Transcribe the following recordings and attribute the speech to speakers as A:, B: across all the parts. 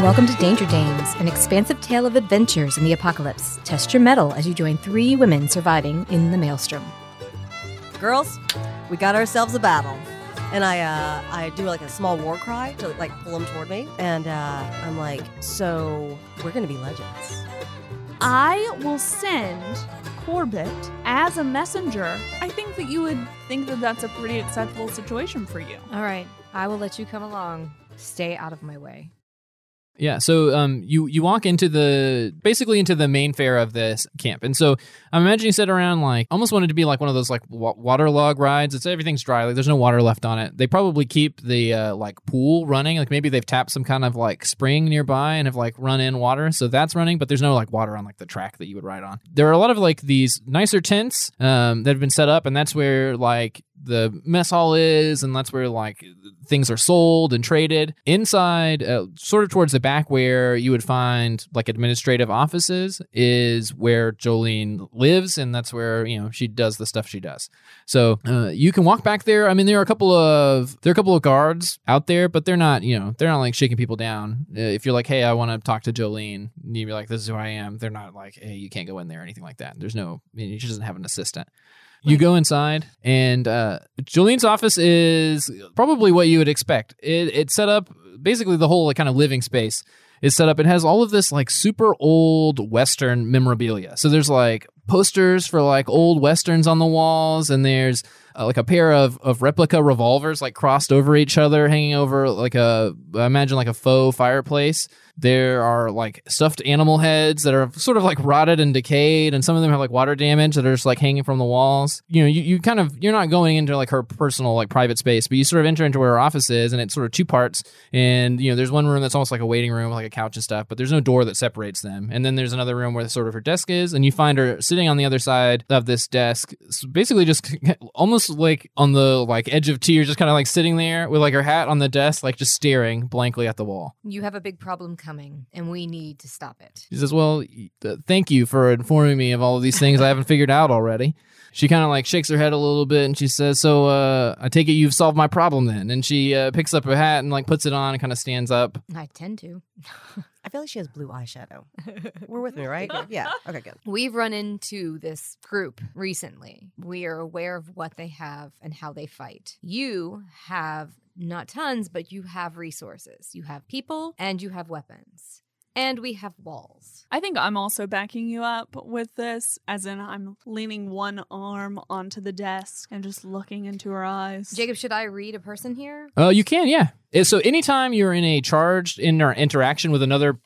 A: welcome to Danger Dames, an expansive tale of adventures in the apocalypse. Test your mettle as you join three women surviving in the maelstrom.
B: girls, we got ourselves a battle. And I, uh, I do like a small war cry to like pull them toward me, and uh, I'm like, so we're gonna be legends.
C: I will send Corbett as a messenger. I think that you would think that that's a pretty acceptable situation for you.
A: All right, I will let you come along. Stay out of my way.
D: Yeah, so um, you you walk into the basically into the main fair of this camp, and so I'm imagining you sit around like almost wanted to be like one of those like wa- water log rides. It's everything's dry, like there's no water left on it. They probably keep the uh, like pool running, like maybe they've tapped some kind of like spring nearby and have like run in water, so that's running. But there's no like water on like the track that you would ride on. There are a lot of like these nicer tents um, that have been set up, and that's where like the mess hall is, and that's where like things are sold and traded. Inside, uh, sort of towards the back, where you would find like administrative offices, is where Jolene lives, and that's where you know she does the stuff she does. So uh, you can walk back there. I mean, there are a couple of there are a couple of guards out there, but they're not you know they're not like shaking people down. Uh, if you're like, hey, I want to talk to Jolene, you'd be like, this is who I am. They're not like, hey, you can't go in there or anything like that. There's no, I mean, she doesn't have an assistant. You go inside, and uh, Jolene's office is probably what you would expect. It, it's set up basically the whole like, kind of living space is set up. It has all of this like super old Western memorabilia. So there's like posters for like old Westerns on the walls, and there's uh, like a pair of, of replica revolvers like crossed over each other, hanging over like a I imagine like a faux fireplace. There are like stuffed animal heads that are sort of like rotted and decayed, and some of them have like water damage that are just like hanging from the walls. You know, you, you kind of you're not going into like her personal like private space, but you sort of enter into where her office is, and it's sort of two parts. And you know, there's one room that's almost like a waiting room, with like a couch and stuff, but there's no door that separates them. And then there's another room where sort of her desk is, and you find her sitting on the other side of this desk, s- basically just almost like on the like edge of tears, just kind of like sitting there with like her hat on the desk, like just staring blankly at the wall.
A: You have a big problem coming, and we need to stop it.
D: She says, "Well, y- th- thank you for informing me of all of these things I haven't figured out already." She kind of like shakes her head a little bit and she says, "So, uh, I take it you've solved my problem then." And she uh, picks up her hat and like puts it on and kind of stands up.
A: I tend to.
B: I feel like she has blue eyeshadow. We're with me, right? Yeah. Okay, good.
A: We've run into this group recently. We are aware of what they have and how they fight. You have not tons, but you have resources. You have people and you have weapons. And we have walls.
C: I think I'm also backing you up with this, as in I'm leaning one arm onto the desk and just looking into her eyes.
A: Jacob, should I read a person here?
D: Uh, you can, yeah. Uh, So, anytime you're in a charged in or interaction with another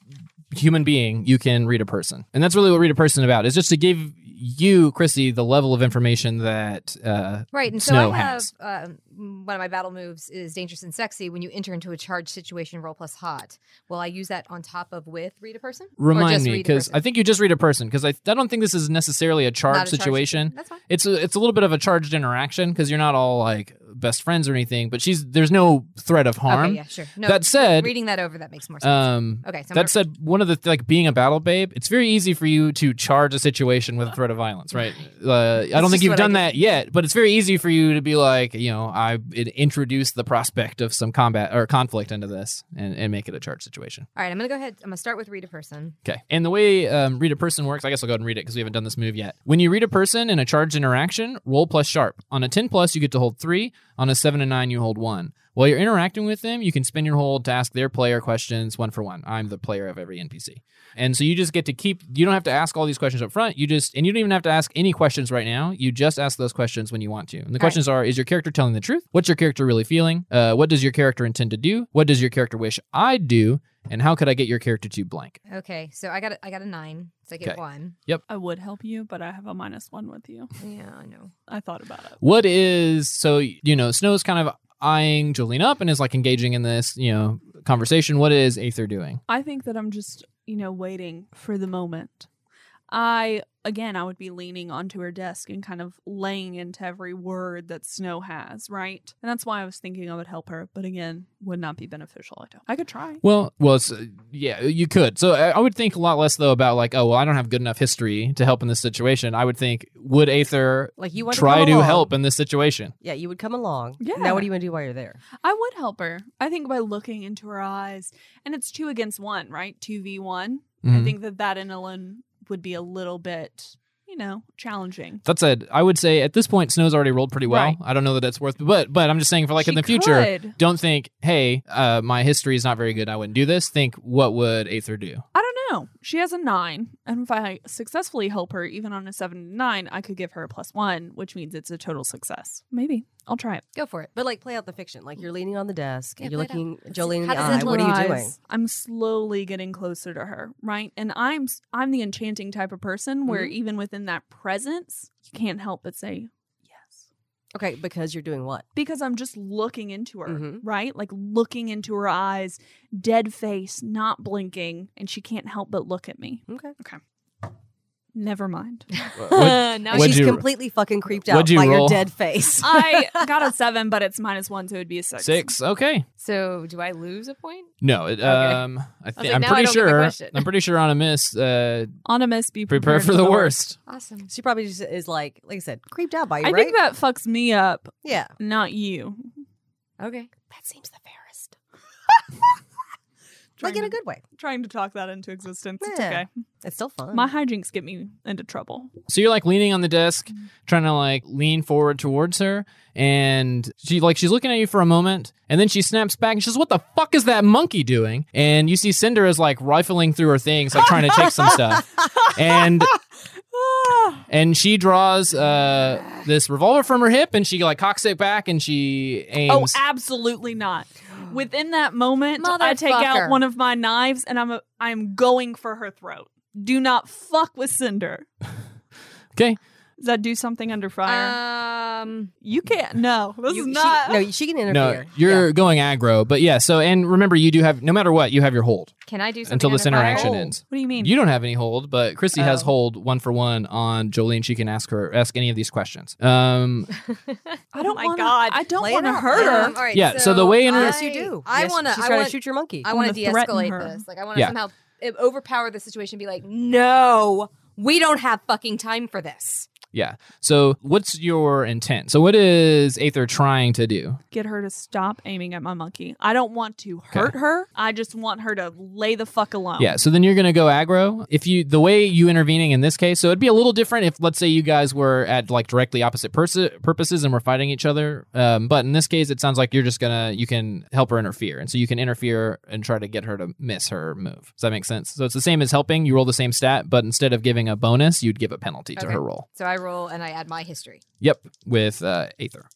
D: human being, you can read a person, and that's really what read a person is about. Is just to give you, Chrissy, the level of information that uh,
A: Right. And so
D: Snow
A: I have
D: has.
A: uh, one of my battle moves is dangerous and sexy. When you enter into a charged situation, roll plus hot. Will I use that on top of with read a person? Or
D: remind
A: just
D: me
A: read a
D: because
A: person?
D: I think you just read a person because I, I don't think this is necessarily a
A: Not
D: charged
A: a charged
D: situation.
A: That's fine.
D: It's a, it's a little bit of a charged interaction because you're not all like best friends or anything, but she's there's no threat of harm.
A: Okay, yeah, sure. No,
D: that said,
A: reading that over that makes more sense.
D: um,
A: okay, so I'm
D: that
A: gonna-
D: said, one of the like being a battle babe, it's very easy for you to charge a situation with a threat of violence, right? Uh, I don't
A: just
D: think you've
A: what I
D: done
A: do.
D: that yet, but it's very easy for you to be like, you know, I it, introduce the prospect of some combat or conflict into this and, and make it a charged situation.
A: All right, I'm gonna go ahead. I'm gonna start with read a person.
D: Okay. And the way um, read a person works, I guess I'll go ahead and read it because we haven't done this move yet. When you read a person in a charged interaction, roll plus sharp. On a 10 plus, you get to hold three. On a seven and nine, you hold one. While you're interacting with them, you can spin your hold to ask their player questions one for one. I'm the player of every NPC. And so you just get to keep, you don't have to ask all these questions up front. You just, and you don't even have to ask any questions right now. You just ask those questions when you want to. And the
A: All right.
D: questions are Is your character telling the truth? What's your character really feeling? Uh, what does your character intend to do? What does your character wish I'd do? And how could I get your character to blank?
A: Okay, so I got a, I got a nine, so I get
D: Okay.
A: one.
C: I would help you, but I have a minus one with you.
A: Yeah, I know.
C: I thought about it.
D: what is so you know snow's kind of eyeing jolene up and is like engaging in this you know conversation what is aether doing
C: I think that I'm just, you know, waiting for the moment. I again, I would be leaning onto her desk and kind of laying into every word that Snow has, right? And that's why I was thinking I would help her, but again, would not be beneficial. I don't. I could try.
D: Well, well, it's, uh, yeah, you could. So I, I would think a lot less though about like, oh, well, I don't have good enough history to help in this situation. I would think, would Aether
B: Like you want
D: try
B: to,
D: to
B: come along.
D: help in this situation?
B: Yeah, you would come along.
C: Yeah.
B: Now, what do you want to do while you're there?
C: I would help her. I think by looking into her eyes, and it's two against one, right? Two v one. I
D: Mhm.
C: think that that in alone would be a little bit, you know, challenging.
D: That said, I would say at this point, Snow's already rolled pretty well.
C: Right.
D: I don't know that it's worth, but but I'm just saying for like in
C: She
D: the future,
C: could.
D: don't think, hey, uh, my history is not very good. I wouldn't do this. Think, what would Aether do?
C: I don't know. She has a nine, and if I successfully help her, even on a seven to nine, I could give her a plus one, which means it's a total success. Maybe I'll try it.
A: Go for it.
B: But like, play out the fiction. Like you're leaning on the desk.
A: Yeah,
B: you're
A: play it out.
B: looking Jolene in
A: How
B: the
A: does it
B: eye. What are you
C: Little
B: doing?
C: eyes. I'm slowly getting closer to her, right? And I'm s- I'm the enchanting type of person where
B: Mhm.
C: even within that presence, you can't help but say yes.
B: Okay, because you're doing what?
C: because I'm just looking into her,
B: Mhm.
C: right? Like looking into her eyes, dead face, not blinking, and she can't help but look at me.
B: Okay.
C: Never mind.
A: now
B: And
D: What'd
B: she's
D: you-
B: completely fucking creeped out
D: what'd you
B: by
D: roll?
B: your dead face.
C: I got a seven, but it's minus one, so it'd be a six.
D: Six. Okay.
A: So do I lose a point?
D: No. It, um, I
A: was
D: thi-
A: like,
D: I'm
A: now I
D: pretty
A: don't get the
D: sure.
A: question.
D: I'm pretty sure on a miss. Uh,
C: Onamus, be
D: prepare
C: prepared
D: for the worst.
A: Awesome.
B: she probably just is like, like I said, creeped out by you,
C: I
B: right?
C: think that fucks me up,
B: yeah.
C: not you.
A: Okay.
B: That seems the fairest.
C: Trying,
B: Like in
C: to,
B: a good way.
C: trying to talk that into existence. It's
B: Yeah.
C: okay.
B: It's still fun.
C: My hijinks get me into trouble.
D: So you're like leaning on the desk,
A: Mm-hmm.
D: trying to like lean forward towards her, and she like she's looking at you for a moment, and then she snaps back and she says, "What the fuck is that monkey doing?" And you see Cinder is like rifling through her things, like trying to take some stuff, and
C: Ah,
D: and she draws uh this revolver from her hip, and she like cocks it back, and she
C: oh,
D: aims.
C: absolutely not. Within that moment, I take out
A: Motherfucker.
C: one of my knives and I'm a, I'm going for her throat. Do not fuck with Cinder.
D: okay,
C: Does that do something under fire?
A: Um.
C: you can't. No, this
B: Uh, You-
C: is
B: she-
C: not.
B: no, she can
D: no,
B: interfere.
D: you're going aggro, but yeah. So and remember, you do have no matter what, you have your hold
A: Can I do something
D: until this
A: under fire?
D: interaction
B: Hold.
D: ends.
C: what do you mean?
D: You don't have any hold, but Christy has
A: Oh.
D: hold one for one on Jolene. She can ask her ask any of these questions. Um,
C: I don't
A: Oh my
C: want.
A: God.
C: I don't
B: Play
C: want
B: it
C: to
B: out.
C: hurt her.
A: Um, all right,
D: Yeah, so the way inter-
B: yes, you do.
A: I
B: Yes,
A: wanna-
B: She's
A: I
B: trying
A: want-
B: to shoot your monkey.
A: I want to
C: wanna threaten
A: de-escalate
C: her.
A: this. Like I want to
D: Yeah.
A: somehow uh, overpower the situation. and Be like, no, we don't have fucking time for this.
D: yeah. So, what's your intent? So, what is Aether trying to do?
C: Get her to stop aiming at my monkey. I don't want to hurt her. I just want her to lay the fuck alone.
D: Yeah. So then you're gonna go aggro. If you the way you intervening in this case, so it'd be a little different if let's say you guys were at like directly opposite pers- purposes and were fighting each other. Um, but in this case, it sounds like you're just gonna you can help her interfere, and so you can interfere and try to get her to miss her move. Does that make sense? So it's the same as helping. You roll the same stat, but instead of giving a bonus, you'd give a penalty to
A: Okay.
D: her roll.
A: So I roll and I add my history.
D: Yep, with uh, Aether.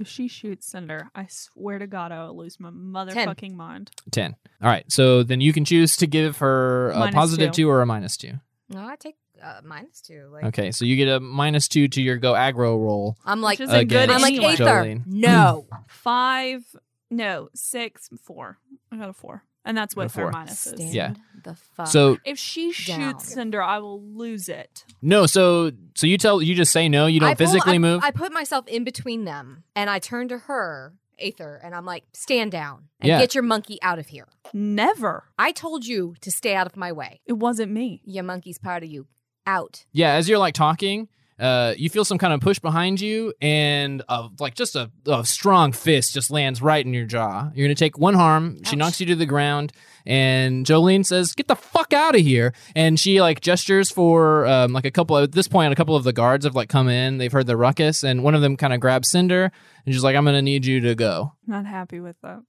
C: If she shoots Cinder, I swear to God, I will lose my motherfucking mind.
D: 10. All right, so then you can choose to give her a
C: Minus
D: positive
C: two.
D: two. or a minus 2.
A: No, I take uh, minus two. Like
D: Okay, so you get a minus 2 to your go aggro roll.
A: I'm like,
C: Which
A: I'm
C: isn't good
D: against
A: like
C: anyway.
A: Aether.
D: Jolene. Hmm.
A: No,
C: Five, no, six, four. I got a four, and that's with
D: Got a
C: her
D: four.
C: minuses.
A: Stand
D: Yeah.
A: The fuck.
D: So
C: If she shoots
A: Down.
C: Cinder, I will lose it.
D: no, so so you tell you just say no, you don't
A: I pull-
D: physically
A: I-
D: move.
A: I put myself in between them and I turn to her, Aether, and I'm like, stand down and
D: Yeah.
A: get your monkey out of here.
C: Never.
A: I told you to stay out of my way.
C: It wasn't me.
A: Your monkey's part of you. Out.
D: yeah, as you're like talking, uh, you feel some kind of push behind you and uh, like just a, a strong fist just lands right in your jaw. You're going to take one harm. She
A: Ouch.
D: knocks you to the ground and Jolene says, "Get the fuck out of here." And she like gestures for um, like a couple at this point a couple of the guards have like come in. They've heard the ruckus and one of them kind of grabs Cinder and she's like, "I'm going to need you to go."
C: Not happy with that.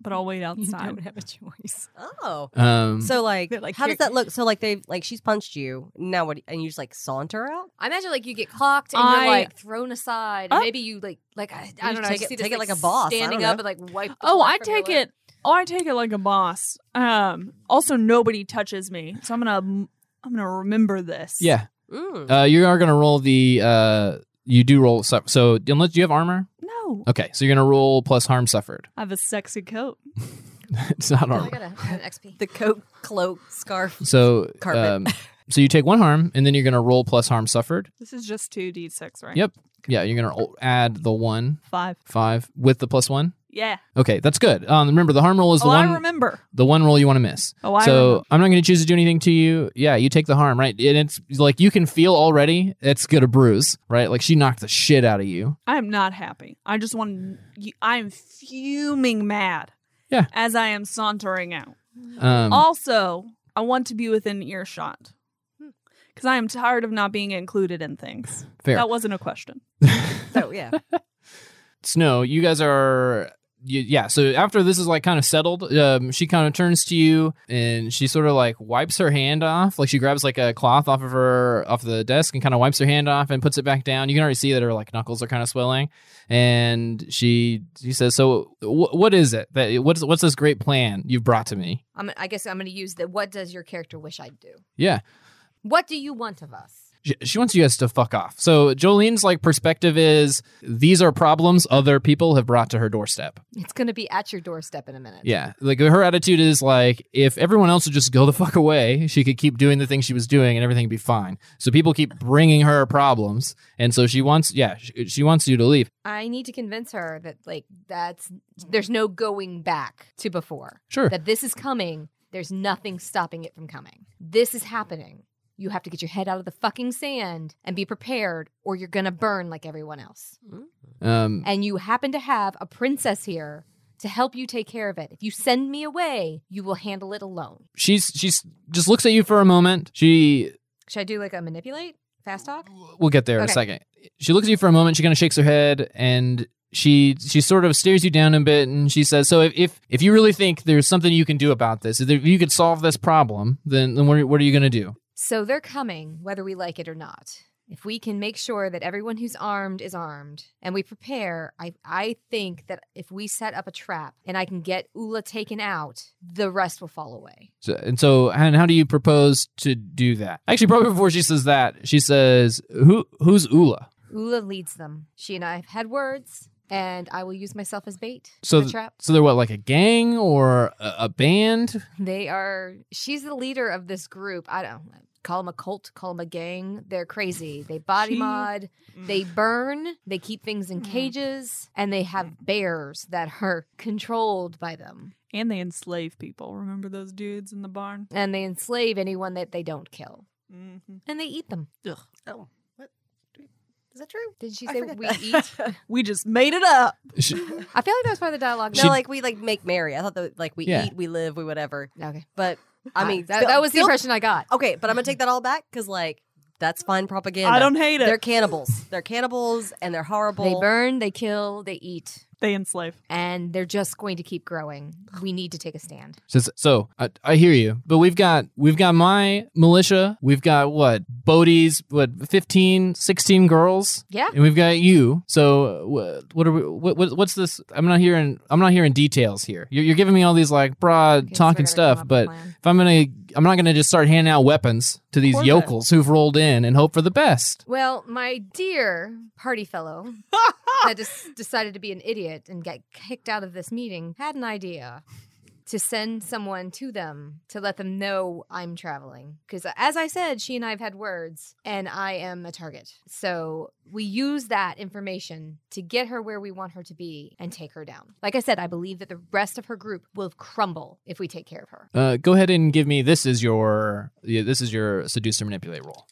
C: But I'll wait outside.
A: have a choice.
B: Oh.
D: Um
B: So like,
A: They're like,
B: how does
A: "Here."
B: that look? So like they like she's punched you. Now what? do- And you just like saunter out.
A: I imagine like you get clocked and
C: I-
A: you're like thrown aside.
C: Up.
A: And maybe you like like I, I
B: You
A: don't know.
B: take
A: I
B: it-
A: see this,
B: take it like a boss. I
A: standing
B: don't
A: up
B: know.
A: and like wipe. the
C: Oh,
A: blood
C: I
A: from your
C: take
A: lip.
C: it. Oh, I take it like a boss. Um. Also, nobody touches me, so I'm gonna. I'm gonna remember this.
D: yeah,
B: Mm.
D: uh, you are going to roll the uh, you do roll su- so unless do you have armor.
C: No.
D: Okay, so you're going to roll plus harm suffered.
C: I have a sexy coat.
D: it's not
A: Oh, I
D: armor.
A: got a- an XP.
B: The coat, cloak, scarf.
D: So
B: Carpet.
D: um, So you take one harm, and then you're going to roll plus harm suffered.
C: This is just two d6, right?
D: Yep. Yeah, you're going to add the one
C: Five.
D: five with the plus one.
C: Yeah.
D: Okay, that's good. Um, remember the harm roll is the
C: oh,
D: one
C: I remember.
D: the one roll you want to miss.
C: Oh, I
D: so
C: remember.
D: I'm not going to choose to do anything to you. Yeah, you take the harm, right? And it's like you can feel already it's gonna bruise, right? Like she knocked the shit out of you.
C: I am not happy. I just want. To, I'm fuming mad.
D: Yeah.
C: As I am sauntering out.
D: Um,
C: Oh, also, I want to be within earshot because I am tired of not being included in things.
D: fair.
C: That wasn't a question.
B: So yeah,
D: Snow, you guys are. You, yeah, so after this is like kind of settled, um, she kind of turns to you and she sort of like wipes her hand off. Like she grabs like a cloth off of her off the desk and kind of wipes her hand off and puts it back down. You can already see that her like knuckles are kind of swelling. And she she says, "So wh- what is it that what's what's this great plan you've brought to me?"
A: I'm, I guess I'm going to use the what does your character wish I'd do?
D: Yeah,
A: What do you want of us?
D: she, she wants you guys to fuck off. So Jolene's like perspective is these are problems other people have brought to her doorstep.
A: It's going to be at your doorstep in a minute.
D: Yeah. Like her attitude is like if everyone else would just go the fuck away, she could keep doing the thing she was doing and everything would be fine. So people keep bringing her problems and so she wants yeah, she, she wants you to leave.
A: I need to convince her that like that's there's no going back to before.
D: Sure.
A: That this is coming. There's nothing stopping it from coming. This is happening. You have to get your head out of the fucking sand and be prepared or you're going to burn like everyone else.
D: Um
A: And you happen to have a princess here to help you take care of it. If you send me away, you will handle it alone.
D: she's she's just looks at you for a moment. She
A: Should I do like a manipulate? Fast talk?
D: we'll get there in a
A: Okay.
D: second. She looks at you for a moment. She kind of shakes her head and she she sort of stares you down a bit and she says, "So if if, if you really think there's something you can do about this, if there- you could solve this problem, then then what are, what are you going to do?"
A: So they're coming, whether we like it or not. If we can make sure that everyone who's armed is armed and we prepare, I, I think that if we set up a trap and I can get Ula taken out, the rest will fall away.
D: So, and so and how do you propose to do that? Actually, probably before she says that, she says, "Who who's Ula?"
A: Ula leads them. She and I have had words, and I will use myself as bait.
D: So
A: So
D: th-
A: the trap.
D: So they're what like a gang or a, a band?
A: They are. She's the leader of this group. I don't call them a cult, call them a gang. They're crazy. They body
C: She-
A: mod.
B: Mm.
A: They burn. They keep things in cages, and they
B: Mm.
A: have bears that are controlled by them,
C: And they enslave people. Remember those dudes in the barn?
A: and they enslave anyone that they don't kill,
C: Mm-hmm.
A: and they eat them.
B: Oh, is that true?
A: Did she
B: I
A: say
B: forget
A: we
B: that.
A: eat?
C: We just made it up.
D: She-
A: I feel like that was part of the dialogue.
D: She-
B: no, like we like make merry. I thought that like we
D: Yeah.
B: eat, we live, we whatever.
A: okay.
B: But I mean,
A: that,
B: feel-
A: that was the
B: feel-
A: impression I got.
B: Okay, but I'm gonna take that all back because like that's fine propaganda.
C: I don't hate it.
B: uh, They're cannibals. They're cannibals, and they're horrible.
A: They burn. They kill. They eat.
C: they enslave.
A: And they're just going to keep growing. We need to take a stand.
D: says, "So I, I hear you, but we've got we've got my militia. We've got what Bodie's what 15, 16 girls."
A: Yeah.
D: And we've got you. So what? What are we? What, what, what's this? I'm not hearing. I'm not hearing details here. You're, you're giving me all these like broad
A: Okay, so
D: talking
A: we're gonna come
D: stuff,
A: up with
D: but
A: a plan.
D: if I'm gonna, I'm not gonna just start handing out weapons to these
C: course not.
D: yokels who've rolled in and hope for the best.
A: Well, my dear party fellow that just decided to be an idiot and get kicked out of this meeting had an idea to send someone to them to let them know I'm traveling. Because as I said, she and I have had words, and I am a target. So we use that information to get her where we want her to be and take her down. Like I said, I believe that the rest of her group will crumble if we take care of her.
D: Uh, go ahead and give me. This is your. Yeah, this is your seduce or manipulate roll.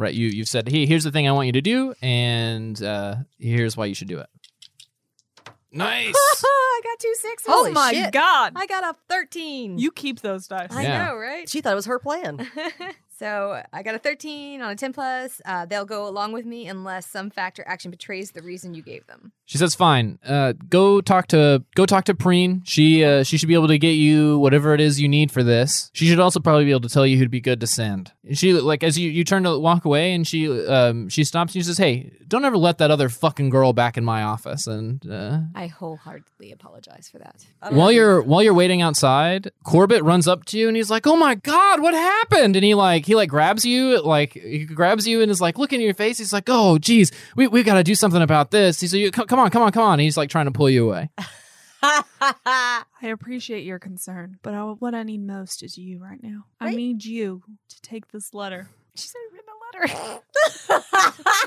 D: Right, you you've said, hey, here's the thing I want you to do, and uh, here's why you should do it. Nice.
B: I got two sixes.
A: Oh
B: Holy
A: my
B: shit.
C: God.
A: I got a 13.
C: You keep those dice.
A: I
D: Yeah.
A: know, right?
B: She thought it was her plan.
A: so I got a 13 on a 10 plus. Uh, they'll go along with me unless some factor action betrays the reason you gave them.
D: She says, "Fine. Uh, go talk to go talk to Preen. She uh, she should be able to get you whatever it is you need for this. She should also probably be able to tell you who'd be good to send." And she like as you, you turn to walk away, and she um, she stops and she says, "Hey, don't ever let that other fucking girl back in my office." And uh,
A: I wholeheartedly apologize for that.
B: I don't know
D: while
B: if you-
D: you're while you're waiting outside, Corbett runs up to you and he's like, "Oh my god, what happened?" And he like he like grabs you, like he grabs you and is like looking in your face. He's like, "Oh geez, we we got to do something about this." He's like, "Come on, come on, come on." He's like trying to pull you away.
C: I appreciate your concern, but I, what I need most is you right now. I
B: Right.
C: need you to take this letter
A: She said it written a letter.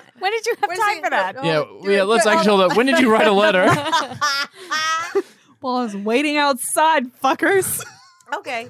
A: when did you have
B: Where's
A: time
B: the-
A: for that?
B: oh,
D: Yeah,
B: dude,
D: yeah. Let's
B: good.
A: um,
D: actually hold up. When did you write a letter?
C: Well, I was waiting outside, fuckers.
B: okay.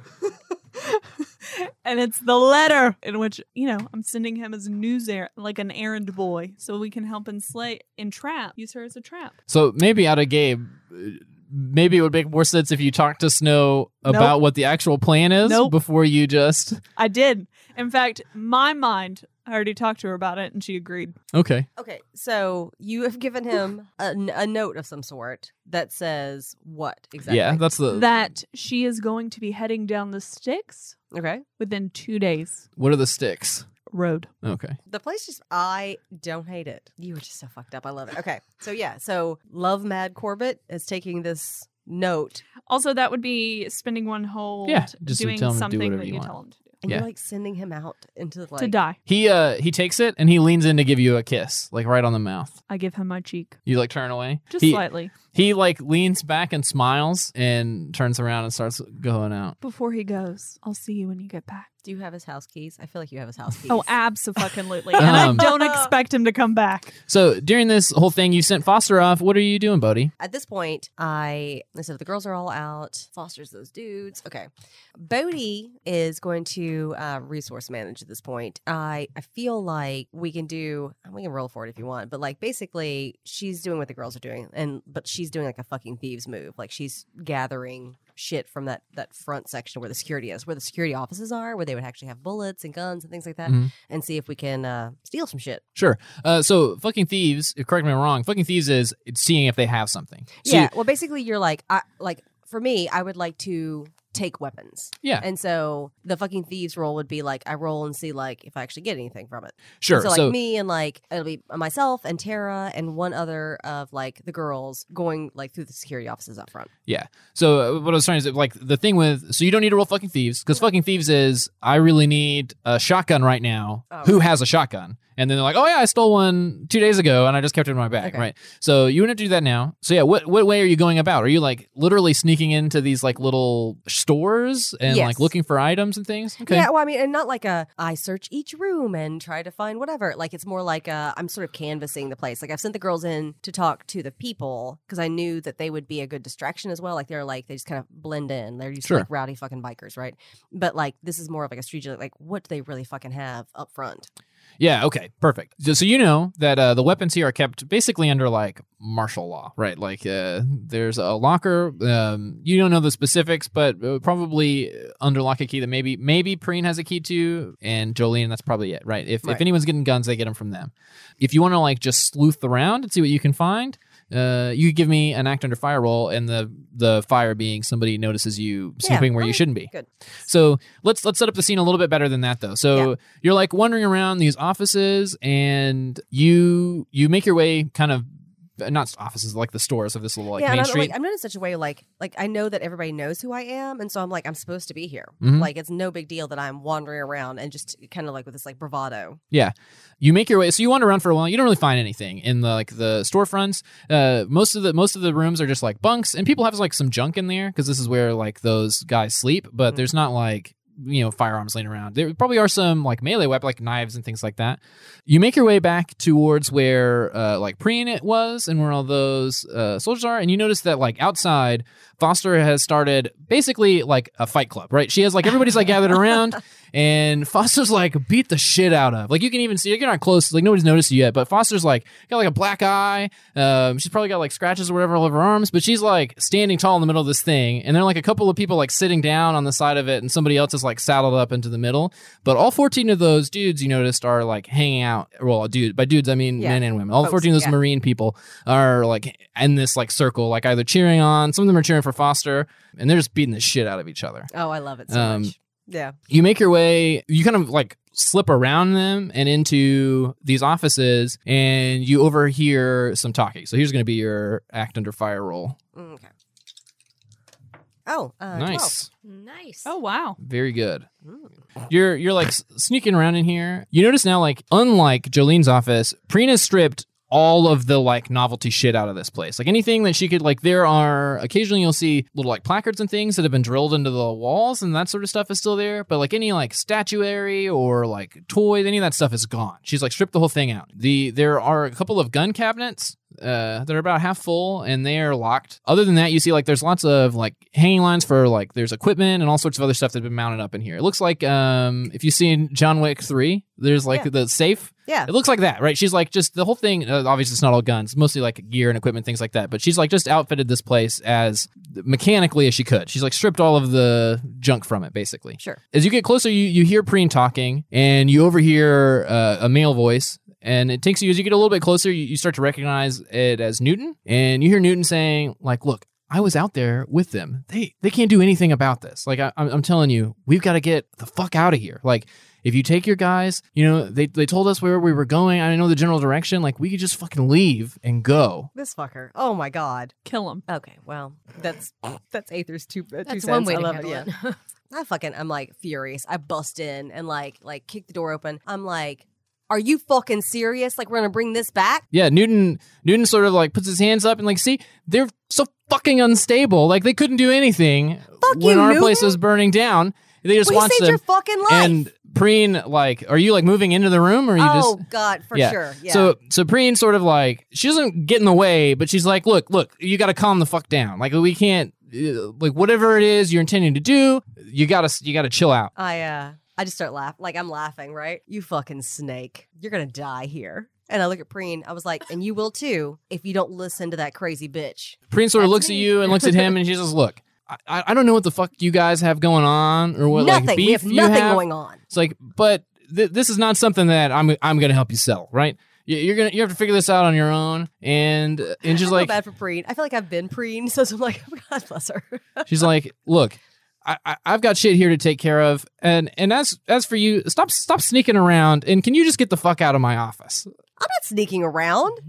C: and it's the letter in which, you know, I'm sending him as news air like an errand boy so we can help enslave entrap. Use her as a trap.
D: So maybe out of Gabe, uh, maybe it would make more sense if you talk to Snow
C: Nope.
D: about what the actual plan is
C: Nope.
D: before you just.
C: I did. In fact, my mind I already talked to her about it and she agreed.
D: Okay.
B: Okay. So you have given him a, n- a note of some sort that says what exactly?
D: Yeah, that's the.
C: That she is going to be heading down the sticks
B: okay.
C: within two days.
D: what are the sticks?
C: Road.
D: Okay.
B: The place just I don't hate it. You were just so fucked up. I love it. Okay. So yeah, so Love Mad Corbett is taking this note
C: Also, that would be spending one whole
D: Yeah, just
C: doing
D: tell him to do
C: something
D: whatever
C: that
D: you
C: you
D: want.
C: tell him to do.
B: and
D: Yeah.
B: you're like sending him out into like
C: to die.
D: He uh he takes it and he leans in to give you a kiss, like right on the mouth.
C: I give him my cheek.
D: You like turn away.
C: Just
D: he,
C: slightly.
D: he like leans back and smiles and turns around and starts going out.
C: Before he goes, I'll see you when you get back.
B: Do you have his house keys? I feel like you have his house keys.
C: Oh, absolutely. and I
D: Um,
C: don't expect him to come back.
D: So during this whole thing, you sent Foster off. What are you doing, buddy?
B: At this point, I instead of the girls are all out, Foster's those dudes. Okay, Bodie is going to uh, resource manage at this point. I I feel like we can do we can roll for it if you want, but like basically she's doing what the girls are doing, and but she's doing like a fucking thieves move. Like she's gathering shit from that that front section where the security is, where the security offices are, where they would actually have bullets and guns and things like that,
D: Mhm.
B: and see if we can uh, steal some shit.
D: Sure. Uh, so fucking thieves. Correct me if I'm wrong. Fucking thieves is it's seeing if they have something. So
B: yeah. Well, basically, you're like, I, like for me, I would like to take weapons.
D: Yeah.
B: And so the fucking thieves roll would be like, I roll and see like if I actually get anything from it.
D: you- sure.
B: So like me and like it'll be myself and Tara and one other of like the girls going like through the security offices up front.
D: So uh, what I was trying to say, like the thing with, so you don't need to roll fucking thieves because fucking thieves is I really need a shotgun right now.
B: Oh.
D: Who has a shotgun? And then they're like, oh yeah, I stole one two days ago and I just kept it in my bag,
B: Okay.
D: right? So you wouldn't have to do that now. So yeah, what what way are you going about? Are you like literally sneaking into these like little stores and
B: Yes.
D: like looking for items and things? Okay,
B: Yeah, well, I mean, and not like a I search each room and try to find whatever. Like it's more like a, I'm sort of canvassing the place. Like I've sent the girls in to talk to the people because I knew that they would be a good distraction as well. Like they're like they just kind of blend in. They're used
D: Sure.
B: to like rowdy fucking bikers, right? But like this is more of like a strategy. Like what do they really fucking have up front?
D: yeah, okay, perfect. So, so you know that uh, the weapons here are kept basically under like martial law, right? Like uh, there's a locker. Um, you don't know the specifics, but uh, probably under lock a key that maybe maybe Preen has a key to, and Jolene. That's probably it, right? If
B: Right.
D: if anyone's getting guns, they get them from them. If you want to like just sleuth around and see what you can find. Uh, you could give me an act under fire roll, and the the fire being somebody notices you
B: Yeah,
D: snooping where you
B: okay,
D: shouldn't be.
B: good.
D: So let's let's set up the scene a little bit better than that, though. So you're like wandering around these offices and you you make your way kind of not offices like the stores of this little like
B: yeah, and
D: main
B: I'm,
D: street
B: like, I'm not in such a way like like I know that everybody knows who I am, and so I'm like I'm supposed to be here.
D: Mhm.
B: Like it's no big deal that I'm wandering around and just kind of like with this like bravado.
D: you make your way so you wander around for a while you don't really find anything in the like the storefronts uh most of the most of the rooms are just like bunks and people have like some junk in there because this is where like those guys sleep but
B: Mhm.
D: there's not like you know firearms laying around there probably are some like melee weapon like knives and things like that you make your way back towards where uh like preen it was and where all those uh soldiers are and you notice that like outside foster has started basically like a fight club right she has like everybody's like gathered around and Foster's like beat the shit out of. Like you can even see, like, you're not close, like nobody's noticed you yet, but Foster's like got like a black eye. Um, she's probably got like scratches or whatever all over her arms, but she's like standing tall in the middle of this thing, and there are like a couple of people like sitting down on the side of it, and somebody else is like saddled up into the middle. But all 14 of those dudes you noticed are like hanging out. Well, dude, by dudes I mean
B: Yeah.
D: men and women. All
B: Folks,
D: 14 of those
B: yeah.
D: Marine people are like in this like circle, like either cheering on, some of them are cheering for Foster, and they're just beating the shit out of each other
B: Oh, I love it so
D: Um,
B: much. Yeah.
D: you make your way you kind of like slip around them and into these offices and you overhear some talking so here's going to be your act under fire roll
B: Mm, Okay. Oh, uh,
D: nice
A: Nice.
C: Oh, wow.
D: very good
B: 12. Mm.
D: you're you're like s- sneaking around in here you notice now like unlike jolene's office prina's stripped all of the like novelty shit out of this place. Like anything that she could like there are occasionally you'll see little like placards and things that have been drilled into the walls and that sort of stuff is still there, but like any like statuary or like toy, any of that stuff is gone. She's like stripped the whole thing out. The there are a couple of gun cabinets uh, that are about half full and they are locked. Other than that, you see like there's lots of like hanging lines for like there's equipment and all sorts of other stuff that's been mounted up in here. It looks like um if you've seen John Wick 3, there's like
B: Yeah.
D: the safe.
B: Yeah.
D: It looks like that, right? She's like just the whole thing uh, obviously it's not all guns, mostly like gear and equipment things like that, but she's like just outfitted this place as mechanically as she could. She's like stripped all of the junk from it basically.
B: Sure.
D: As you get closer, you, you hear Preen talking and you overhear uh, a male voice. And it takes you, as you get a little bit closer, you, you start to recognize it as Newton. And you hear Newton saying, like, look, I was out there with them. They they can't do anything about this. Like, I, I'm, I'm telling you, we've got to get the fuck out of here. Like, if you take your guys, you know, they, they told us where we were going. I know the general direction. Like, we could just fucking leave and go.
B: This fucker. Oh my god.
C: Kill him.
B: Okay. Well, that's that's Aether's two. uh, two
A: That's
B: cents.
A: one way
B: I
A: to
B: love it.
A: handle
B: Yeah.
A: it.
B: I fucking I'm like furious. I bust in and like like kick the door open. I'm like, are you fucking serious? Like we're gonna bring this back?
D: Yeah, Newton Newton sort of like puts his hands up and like, see, they're so fucking unstable. Like they couldn't do anything
B: Fuck
D: when
B: you,
D: our
B: Newton.
D: place was burning down. They just
B: we
D: watched
B: saved
D: them.
B: your fucking life.
D: and Preen, like, are you like moving into the room or are you
B: oh
D: just
B: god, for
D: Yeah.
B: sure. Yeah.
D: so so Preen sort of like she doesn't get in the way, but she's like, look, look, you got to calm the fuck down. Like we can't, uh, like whatever it is you're intending to do, you gotta you gotta chill out.
B: I uh I just start laughing. Like I'm laughing, right? You fucking snake. You're gonna die here. And I look at Preen. I was like, and you will too if you don't listen to that crazy bitch.
D: Preen sort of
B: That's
D: looks at
B: me.
D: you and looks at him and she says, look, I- I, I don't know what the fuck you guys have going on or what
B: nothing.
D: like beef
B: we have
D: you
B: nothing
D: have.
B: going on.
D: It's like, but th- this is not something that I'm I'm gonna help you sell, right? You- You're gonna you have to figure this out on your own, and and
B: I
D: she's
B: feel
D: like
B: bad for Preen. I feel like I've been Preen, so I'm like, oh, God bless her.
D: she's like, look, I, I I've got shit here to take care of, and and as as for you, stop stop sneaking around, and can you just get the fuck out of my office?
B: I'm not sneaking around.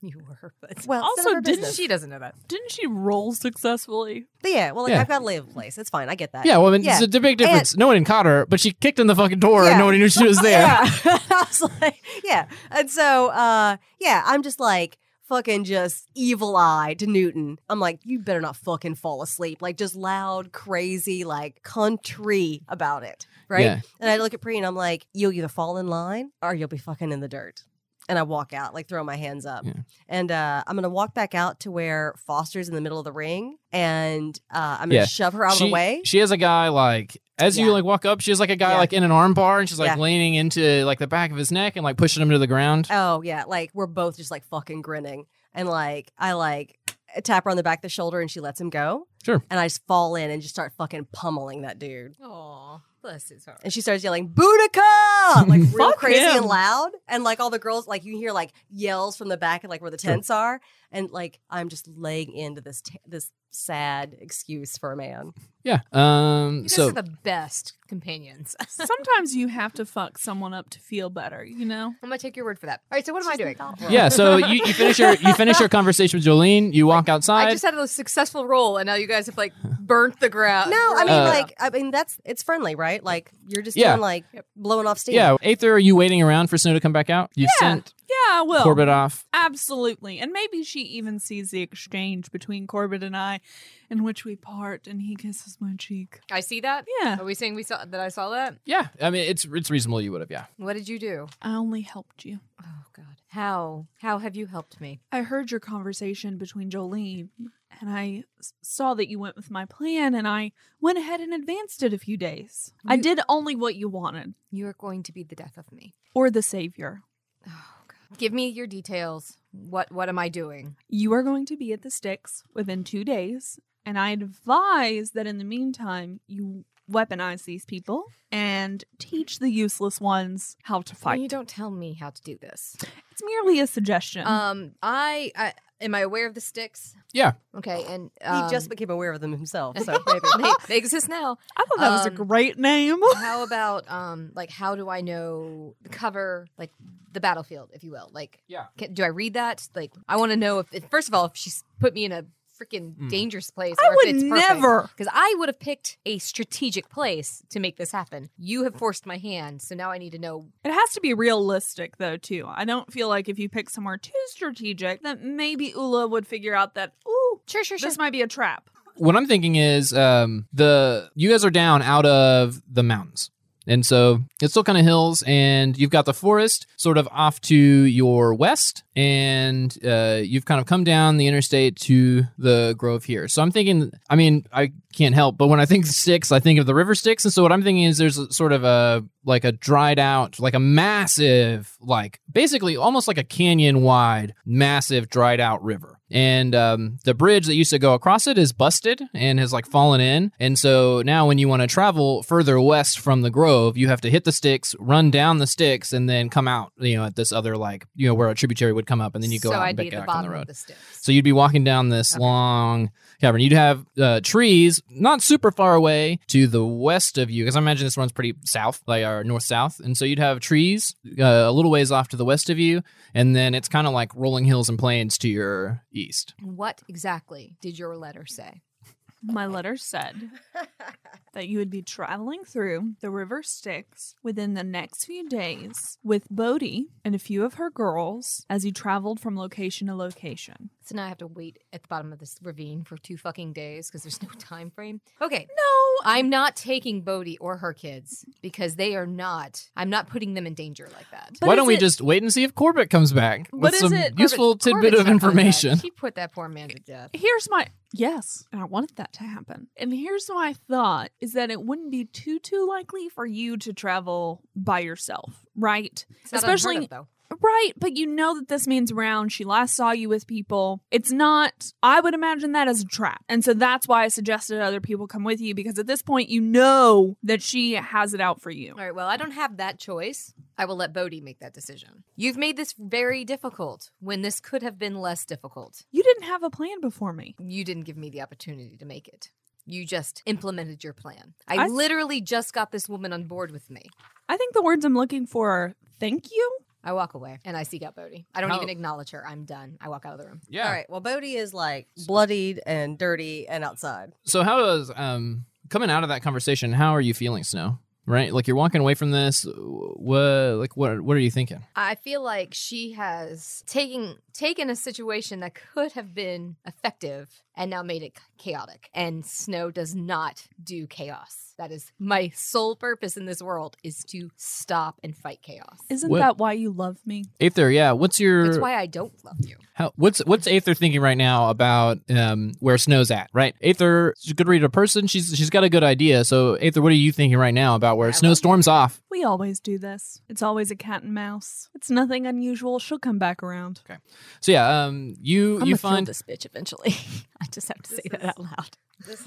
A: You were, but
B: Well, it's none of
C: Also,
B: her
C: didn't
B: business.
A: she doesn't know that.
C: Didn't she roll successfully?
B: But yeah, well, like
D: Yeah.
B: I've got to live a place. It's fine. I get that.
D: Yeah, well, I mean,
B: Yeah.
D: it's a big difference. no one caught her, but she kicked in the fucking door,
B: Yeah.
D: and nobody knew she was there.
B: Yeah. I was like, yeah. And so, uh, yeah, I'm just like fucking just evil eye to Newton. I'm like, you better not fucking fall asleep. Like just loud, crazy, like country about it. Right.
D: Yeah.
B: And I look at Pre and I'm like, you'll either fall in line or you'll be fucking in the dirt. And I walk out, like throw my hands up.
D: Yeah.
B: And uh, I'm gonna walk back out to where Foster's in the middle of the ring and uh, I'm gonna
D: Yeah.
B: shove her out
D: she,
B: of the way.
D: She has a guy like as
B: Yeah.
D: you like walk up, she has like a guy
B: Yeah.
D: like in an arm bar, and she's like
B: Yeah.
D: leaning into like the back of his neck and like pushing him to the ground.
B: Oh yeah, like we're both just like fucking grinning, and like I like eh, tap her on the back of the shoulder, and she lets him go.
D: Sure.
B: And I just fall in and just start fucking pummeling that dude,
A: Oh, bless his heart.
B: and she starts yelling "Boudica!" like real
C: Fuck
B: crazy
C: him.
B: and loud, and like all the girls, like you hear like yells from the back and like where the
D: Sure.
B: tents are, and like I'm just laying into this t- this sad excuse for a man.
D: Yeah. Um.
A: You guys
D: so
A: are the best companions. I'm
C: Sometimes you have to fuck someone up to feel better, you know?
A: gonna take your word for that. All right, so what am I doing?
D: yeah. So you, you finish your you finish your conversation with Jolene. You walk outside.
A: I just had a successful roll, and now you guys have like burnt the ground.
B: No, I mean
D: Uh,
B: like I mean that's it's friendly, right? Like you're just
D: Yeah.
B: doing like blowing off steam.
D: yeah. Aether, are you waiting around for Snow to come back out? You've
C: Yeah.
D: sent
C: Yeah, I will.
D: Corbett off.
C: Absolutely. And maybe she even sees the exchange between Corbett and I in which we part and he kisses my cheek.
A: I see that.
C: Yeah.
A: Are we saying we saw that? I saw that.
D: Yeah. I mean, it's it's reasonable you would have. Yeah.
A: What did you do?
C: I only helped you.
A: Oh God, how how have you helped me?
C: I heard your conversation between Jolene and I s- saw that you went with my plan and I went ahead and advanced it a few days. I
A: You-
C: did only what you wanted
A: You are going to be the death of me.
C: or the savior.
A: Oh God. Give me your details. What what am I doing?
C: You are going to be at the sticks within 2 days and I advise that in the meantime you weaponize these people and teach the useless ones how to fight.
A: You don't tell me how to do this.
C: It's merely a suggestion.
A: Um, I, I am I aware of the sticks?
D: Yeah.
A: Okay, and
B: He
A: um,
B: just became aware of them himself, so maybe.
A: they, they exist now.
C: I thought that was a
A: um,
C: great name.
A: How about um, like how do I know the cover, like the battlefield, if you will? Like,
D: Yeah.
A: can, do I read that? Like, I want to know if, if first of all if she's put me in a freaking
D: Mm.
A: dangerous place.
C: I
A: or if
C: would
A: it's
C: never.
A: Because I would have picked a strategic place to make this happen. You have forced my hand, so now I need to know.
C: It has to be realistic, though, too. I don't feel like if you pick somewhere too strategic, that maybe Ula would figure out that, ooh,
A: Sure, sure, sure.
C: this might be a trap.
D: What I'm thinking is um, the you guys are down out of the mountains. And so it's still kind of hills, and you've got the forest sort of off to your west, and uh, you've kind of come down the interstate to the grove here. So I'm thinking, I mean, I can't help, but when I think sticks, I think of the river sticks. And so what I'm thinking is there's a, sort of a like a dried out, like a massive, like basically almost like a canyon wide, massive dried out river. And um, the bridge that used to go across it is busted and has like fallen in. And so now, when you want to travel further west from the grove, you have to hit the sticks, run down the sticks, and then come out, you know, at this other like, you know, where a tributary would come up, and then you go
A: so
D: out
A: I'd
D: and
A: be
D: back
A: at the
D: out on
A: bottom
D: the road.
A: of the sticks.
D: So you'd be walking down this
A: Okay.
D: long cavern. You'd have uh, trees not super far away to the west of you, because I imagine this runs pretty south, like or north south. And so you'd have trees uh, a little ways off to the west of you, and then it's kind of like rolling hills and plains to your east.
A: what exactly did your letter say?
C: My letter said that you would be traveling through the River Styx within the next few days with Bodhi and a few of her girls as you traveled from location to location.
A: So now I have to wait at the bottom of this ravine for two fucking days because there's no time frame. Okay.
C: No,
A: I'm not taking Bodhi or her kids because they are not, I'm not putting them in danger like that.
C: But
D: Why
C: is
D: don't we
C: it-
D: just wait and see if Corbett comes back
C: But
D: with
C: is
D: some
C: it-
D: useful
A: Corbett-
D: tidbit
A: Corbett's not
D: of
A: coming back.
D: information?
A: He put that poor man to death.
C: here's my yes and i wanted that to happen and here's my thought is that it wouldn't be too too likely for you to travel by yourself right
A: It's not
C: Especially-
A: unheard of, though.
C: right but you know that this man's around she last saw you with people it's not i would imagine that as a trap and so that's why i suggested other people come with you because at this point you know that she has it out for you
A: All right. Well, I don't have that choice. I will let Bodhi make that decision. You've made this very difficult when this could have been less difficult.
C: you didn't have a plan before me
A: You didn't give me the opportunity to make it. You just implemented your plan. I,
C: I-
A: literally just got this woman on board with me.
C: i think the words i'm looking for are thank you
A: I walk away and I seek out Bodhi. I don't
D: How-
A: even acknowledge her. I'm done. I walk out of the room.
D: yeah.
B: All right. Well, Bodhi is like bloodied and dirty and outside.
D: So how is um coming out of that conversation? How are you feeling, Snow? Right, like you're walking away from this. What, like what? What are you thinking?
A: I feel like she has taken taken a situation that could have been effective and now made it chaotic. And snow does not do chaos. That is my sole purpose in this world is to stop and fight chaos.
C: isn't
D: What-
C: that why you love me
D: Aether, yeah. What's your
A: That's why I don't love you.
D: How, what's what's Aether thinking right now about um, where Snow's at? Right, Aether, she's a good reader person. She's she's got a good idea. So Aether, what are you thinking right now about where
A: I
D: Snow
A: love
D: storms off?
C: We always do this. It's always a cat and mouse. It's nothing unusual. She'll come back around.
D: So yeah, um, you you find
A: this bitch eventually. I just have to say that out loud.
B: This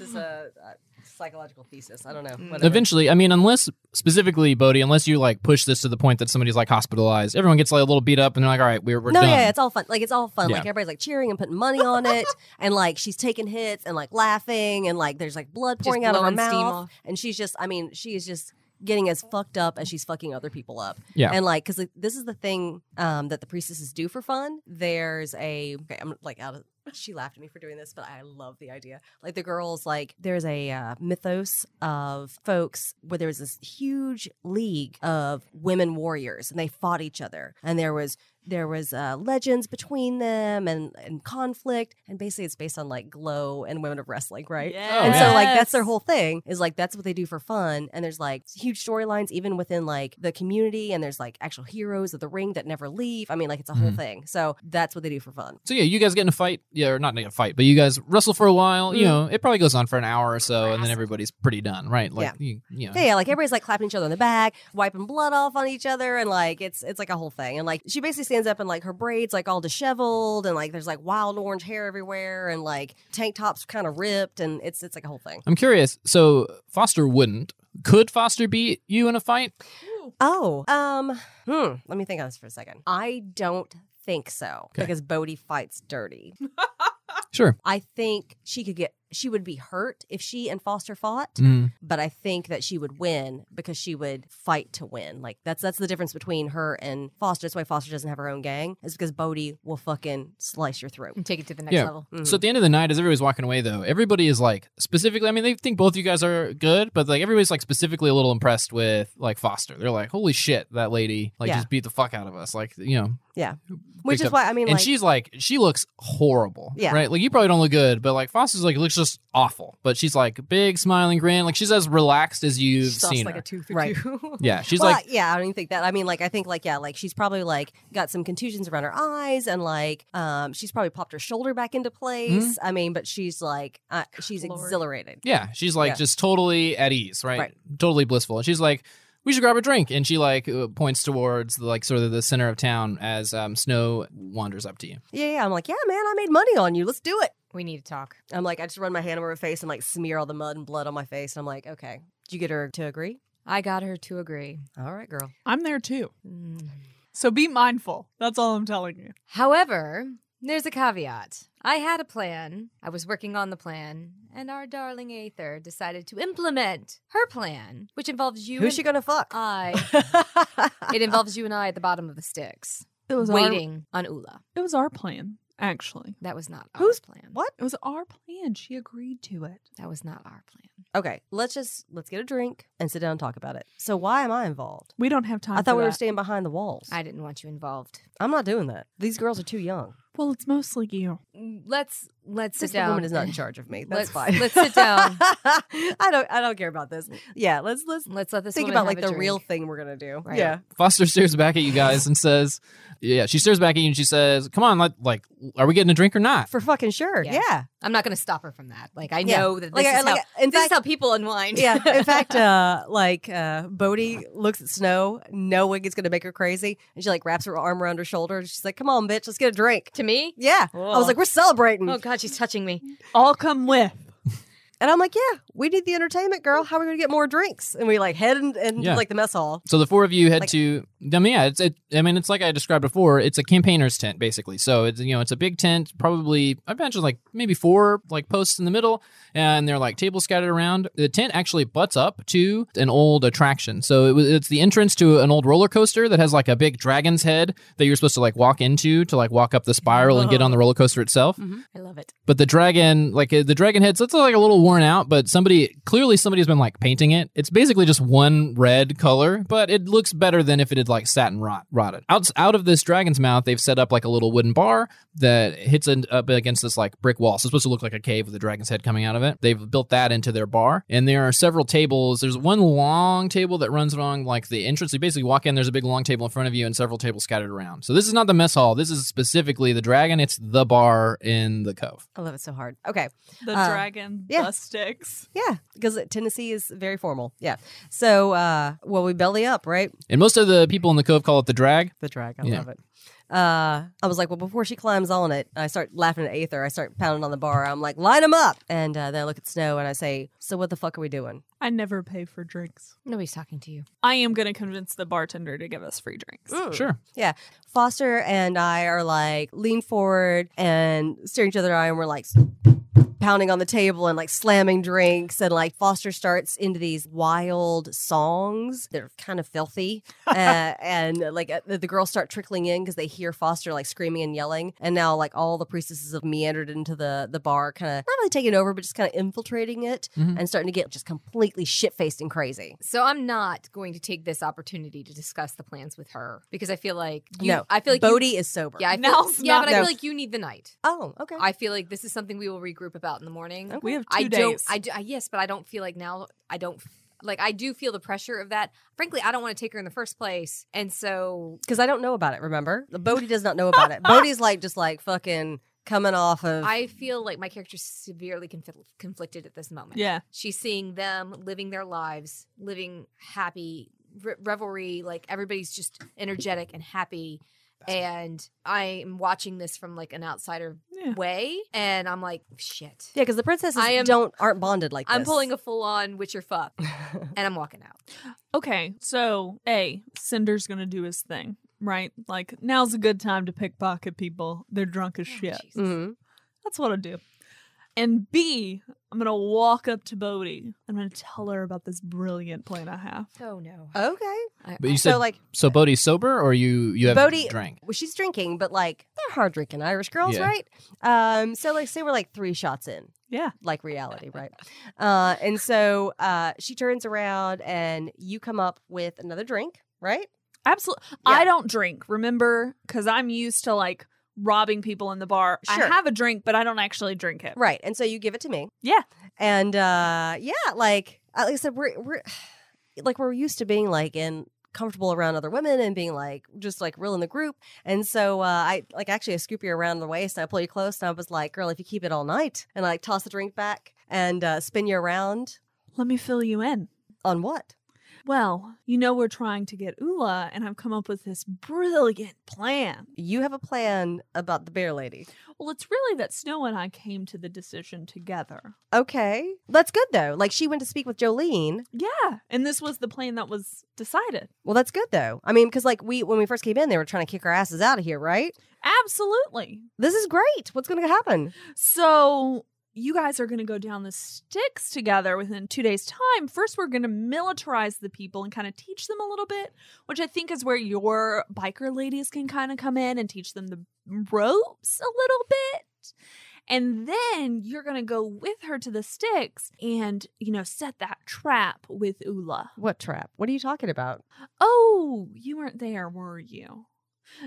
B: is a, a psychological thesis. I don't know.
A: Mm.
B: Whatever.
D: eventually. I mean, unless specifically Bodhi, unless you like push this to the point that somebody's like hospitalized, everyone gets like a little beat up and they're like, all right, we're we're
B: no,
D: done.
B: yeah, it's all fun. Like it's all fun.
D: Yeah.
B: Like everybody's like cheering and putting money on it, and like she's taking hits and like laughing, and like there's like blood pouring out of her
A: blowing steam
B: mouth,
A: off.
B: and she's just, I mean, she is just getting as fucked up as she's fucking other people up.
D: Yeah.
B: and like because like, this is the thing um, that the priestesses do for fun. There's a, okay, I'm like out of. She laughed at me for doing this, but I love the idea. Like the girls, like there's a uh, mythos of folks where there was this huge league of women warriors, and they fought each other, and there was there was uh, legends between them and, and conflict and basically it's based on like glow and women of wrestling right
A: Oh,
B: and so like that's their whole thing is like that's what they do for fun and there's like huge storylines even within like the community and there's like actual heroes of the ring that never leave i mean like it's a whole
D: Mhm.
B: thing so that's what they do for fun
D: So yeah, you guys get in a fight, yeah, or not in a fight, but you guys wrestle for a while. You
B: Mm.
D: know, it probably goes on for an hour or so, and then
A: Wrestle.
D: everybody's pretty done, right? Like you, you know,
B: yeah, yeah, like everybody's like clapping each other on the back, wiping blood off on each other, and like it's it's like a whole thing. And like she basically stands up and like her braids like all disheveled, and like there's like wild orange hair everywhere, and like tank tops kind of ripped, and it's it's like a whole thing.
D: I'm curious. So Foster wouldn't. Could Foster beat you in a fight?
B: Oh, um, hmm. Let me think on this for a second. I don't think so
D: Okay.
B: because Bodhi fights dirty.
D: Sure.
B: I think she could get she would be hurt if she and Foster fought,
D: Mm.
B: but I think that she would win because she would fight to win. Like that's that's the difference between her and Foster. That's why Foster doesn't have her own gang is because Bodhi will fucking slice your throat.
D: Mm-hmm.
A: and take it to the next
D: Yeah.
A: level.
B: Mhm.
D: So at the end of the night, as everybody's walking away, though, everybody is like specifically. I mean, they think both you guys are good, but like everybody's like specifically a little impressed with like Foster. They're like, "Holy shit, that lady like
B: Yeah.
D: just beat the fuck out of us!" Like you know,
B: Yeah. which
D: picked
B: is
D: up-
B: why I mean,
D: and
B: like,
D: she's like, she looks horrible.
B: Yeah.
D: Right. Like you probably don't look good, but like Foster's like looks just awful. But she's like big smiling grin. Like she's as relaxed as you've
B: she's
D: seen
B: like
D: her.
B: a tooth or
A: Right.
B: two.
D: yeah. She's
B: well,
D: like
B: yeah, I don't even think that. I mean, like, I think, like, yeah, like she's probably like got some contusions around her eyes, and like, um, she's probably popped her shoulder back into place.
D: Mm-hmm.
B: I mean, but she's like, uh, she's
C: Lord.
B: exhilarated.
D: Yeah, she's like
B: Yeah.
D: just totally at ease, right?
B: Right.
D: Totally blissful. And she's like, "We should grab a drink." And she like uh, points towards like sort of the center of town as um, Snow wanders up to you.
B: Yeah, yeah. I'm like, yeah, man, I made money on you. Let's do it.
A: We need to talk.
B: I'm like, I just run my hand over her face and like smear all the mud and blood on my face. And I'm like, okay, did you get her to agree?
A: I got her to agree.
B: All right, girl.
C: I'm there too.
A: Mm.
C: So be mindful. That's all I'm telling you.
A: However, there's a caveat. I had a plan. I was working on the plan, and our darling Aether decided to implement her plan, which involves you
B: Who's she
A: and
B: gonna fuck?
A: I. it involves you and I at the bottom of the sticks,
C: It was
A: waiting on Ula.
C: Our, it was our plan, actually.
A: That was not our
B: Who's-
A: plan.
B: what?
C: It was our plan. She agreed to it.
A: That was not our plan.
B: okay, let's just let's get a drink and sit down and talk about it. So why am I involved?
C: We don't have time.
B: I
C: for
B: thought we were
C: that.
B: staying behind the walls.
A: I didn't want you involved.
B: I'm not doing that. These girls are too young.
C: Well, it's mostly you.
A: Let's let's
B: This
A: sit down.
B: woman is not in charge of me.
A: Let's-
B: That's fine.
A: let's sit down.
B: I don't. I don't care about this. Yeah. Let's let's
A: Let's let this
B: think
A: woman
B: about
A: have
B: like
A: a
B: the
A: drink.
B: real thing we're gonna do.
A: Right.
B: Yeah.
D: Foster stares back at you guys and says, "Yeah." She stares back at you and she says, "Come on, let, like, are we getting a drink or not?"
B: For fucking sure.
A: Yeah.
B: Yeah.
A: I'm not going to stop her from that. Like I
B: Yeah.
A: know that this
B: Like, I-
A: is
B: like,
A: how
B: in
A: this
B: fact,
A: is how people unwind.
B: yeah. In fact, uh, like uh, Bodhi looks at Snow, knowing it's gonna make her crazy, and she like wraps her arm around her shoulder. And she's like, "Come on, bitch, let's get a drink."
A: to me,
B: Yeah. I
A: Ugh.
B: was like, "We're celebrating,"
A: oh god, she's touching me.
C: All come with.
B: and I'm like, "Yeah, we need the entertainment, girl. How are we gonna get more drinks?" And we like head and, and
D: Yeah.
B: like the mess hall.
D: So the four of you head
B: Like-
D: to. I mean, yeah, it's. It, I mean, it's like I described before. It's a campaigner's tent, basically. So it's you know, it's a big tent, probably. I imagine like maybe four like posts in the middle, and they're like tables scattered around. The tent actually butts up to an old attraction. So it was. It's the entrance to an old roller coaster that has like a big dragon's head that you're supposed to like walk into to like walk up the spiral and get on the roller coaster itself
A: I love it.
D: but the dragon like uh, the dragon heads it's like a little worn out but somebody clearly somebody's been like painting it it's basically just one red color but it looks better than if it had like satin rot rotted out, out of this dragon's mouth they've set up like a little wooden bar that hits in, up against this like brick wall so it's supposed to look like a cave with a dragon's head coming out of it they've built that into their bar and there are several tables there's one long table that runs along like the entrance you basically walk in there's a big long table in front of you and several tables scattered around so this is not the mess hall this is specifically the dragon it's the bar in the cove
B: I love it so hard. Okay.
C: The
B: Uh,
C: dragon,
B: yeah.
C: the sticks.
B: Yeah, because Tennessee is very formal. Yeah. So, uh, well, we belly up, right?
D: And most of the people in the cove call it the drag.
B: The drag, I
D: Yeah.
B: love it. Uh, I was like, well, before she climbs on it, I start laughing at Aether. I start pounding on the bar. I'm like, line them up. And uh, then I look at Snow and I say, so what the fuck are we doing?
C: I never pay for drinks.
A: Nobody's talking to you.
C: I am going to convince the bartender to give us free drinks.
D: Sure.
B: Yeah. Foster and I are like lean forward and staring each other in the eye, and we're like pounding on the table and like slamming drinks. And like Foster starts into these wild songs. They're kind of filthy. uh, and like uh, the the girls start trickling in because they hear Foster like screaming and yelling. And now like all the priestesses have meandered into the, the bar, kind of not really taking over, but just kind of infiltrating it
D: Mhm.
B: and starting to get just completely shit faced and crazy.
A: So I'm not going to take this opportunity to discuss the plans with her because I feel like you,
B: No.
A: I feel like you-
B: Bodhi is sober.
A: yeah, I feel,
C: Now's
A: yeah,
C: not-
A: but I
B: No.
A: feel like you need the night.
B: Oh, okay.
A: I feel like this is something we will regroup about in the morning.
B: Okay.
C: We have two
A: I
C: days.
A: don't. I, do, I yes, but I don't feel like now. I don't like. I do feel the pressure of that. Frankly, I don't want to take her in the first place, and so
B: because I don't know about it. Remember, Bodhi does not know about it. Bodhi's like just like fucking coming off of.
A: I feel like my character's severely confl- conflicted at this moment.
C: Yeah.
A: she's seeing them living their lives, living happy re- revelry. Like everybody's just energetic and happy. And I'm watching this from like an outsider
C: Yeah.
A: way, and I'm like, shit.
B: yeah, because the princesses
A: I am-
B: don't aren't bonded like this.
A: I'm pulling a full on Witcher fuck, and I'm walking out.
C: Okay, so A, Cinder's gonna do his thing, right? Like,
A: Oh,
D: Mm-hmm.
C: now's a good time to pickpocket people. They're drunk as shit.
A: Jesus.
B: Mhm.
C: That's what I do. And B, I'm gonna walk up to Bodhi. I'm gonna tell her about this brilliant plan I have.
A: Oh no.
B: Okay.
A: I-
D: But you said
B: so
D: so,
B: like
D: Bodhi's sober, or you you have
B: Bodhi-
D: drank?
B: well, she's drinking, but like they're hard drinking Irish girls,
D: Yeah.
B: right? Um, so like say we're like three shots in.
C: Yeah.
B: Like reality, right? Uh, and so uh, she turns around and you come up with another drink, right?
C: Absolutely. I don't drink, remember? Because I'm used to like robbing people in the bar.
B: Sure.
C: I have a drink, but I don't actually drink it.
B: Right. And so you give it to me.
C: Yeah.
B: And uh yeah, like uh, like I said, we're we're like we're used to being like in comfortable around other women and being like just like real in the group. And so uh I like actually I scoop you around the waist and I pull you close and I was like, girl, if you keep it all night and I like toss the drink back and uh spin you around
C: Let me fill you in.
B: on what?
C: Well, you know we're trying to get Ula, and I've come up with this brilliant plan.
B: You have a plan about the bear lady.
C: Well, it's really that Snow and I came to the decision together.
B: Okay. That's good though. Like she went to speak with Jolene.
C: Yeah. And this was the plan that was decided.
B: Well, that's good though. I mean, because like we when we first came in, they were trying to kick our asses out of here, right?
C: Absolutely.
B: This is great. What's going to happen?
C: So you guys are going to go down the sticks together within two days' time. First, we're going to militarize the people and kind of teach them a little bit, which I think is where your biker ladies can kind of come in and teach them the ropes a little bit. And then you're going to go with her to the sticks and, you know, set that trap with Ula.
B: What trap? What are you talking about?
C: Oh, you weren't there, were you?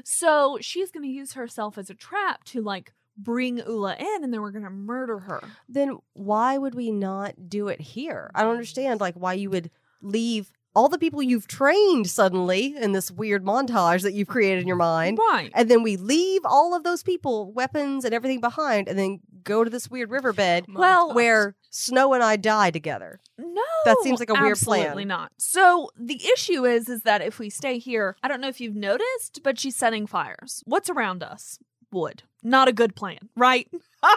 C: So she's going to use herself as a trap to like bring Ula in and then we're going to murder her.
B: Then why would we not do it here? I don't understand like why you would leave all the people you've trained suddenly in this weird montage that you've created in your mind.
C: right.
B: And then we leave all of those people, weapons and everything behind and then go to this weird riverbed
C: Well-
B: where Snow and I die together.
C: No.
B: seems like a weird plan.
C: Absolutely not. So the issue is is that if we stay here, I don't know if you've noticed, but she's setting fires. What's around us? Wood. Not a good plan, right?